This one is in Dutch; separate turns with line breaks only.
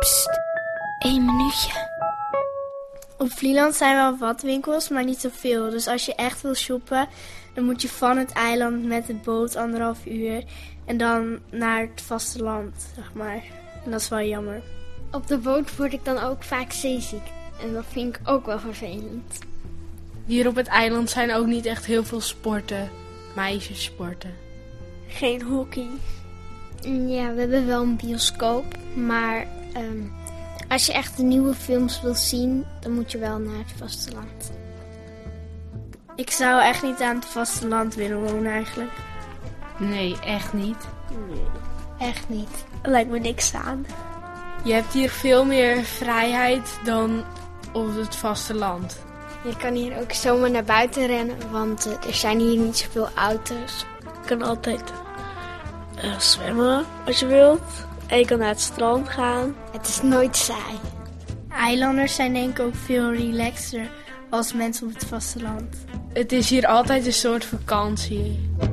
Pst, één minuutje.
Op Vlieland zijn wel wat winkels, maar niet zoveel. Dus als je echt wil shoppen, dan moet je van het eiland met de boot anderhalf uur. En dan naar het vasteland, zeg maar. En dat is wel jammer.
Op de boot word ik dan ook vaak zeeziek. En dat vind ik ook wel vervelend.
Hier op het eiland zijn ook niet echt heel veel sporten. Meisjessporten.
Geen hockey.
Mm, Ja, we hebben wel een bioscoop. Maar ehm, als je echt de nieuwe films wil zien, dan moet je wel naar het vasteland.
Ik zou echt niet aan het vasteland willen wonen eigenlijk.
Nee, echt niet.
Echt niet.
Lijkt me niks aan.
Je hebt hier veel meer vrijheid dan op het vasteland.
Je kan hier ook zomaar naar buiten rennen, want eh, er zijn hier niet zoveel auto's.
Je kan altijd eh, zwemmen als je wilt. En je kan naar het strand gaan.
Het is nooit saai.
Eilanders zijn denk ik ook veel relaxer als mensen op het vasteland.
Het is hier altijd een soort vakantie.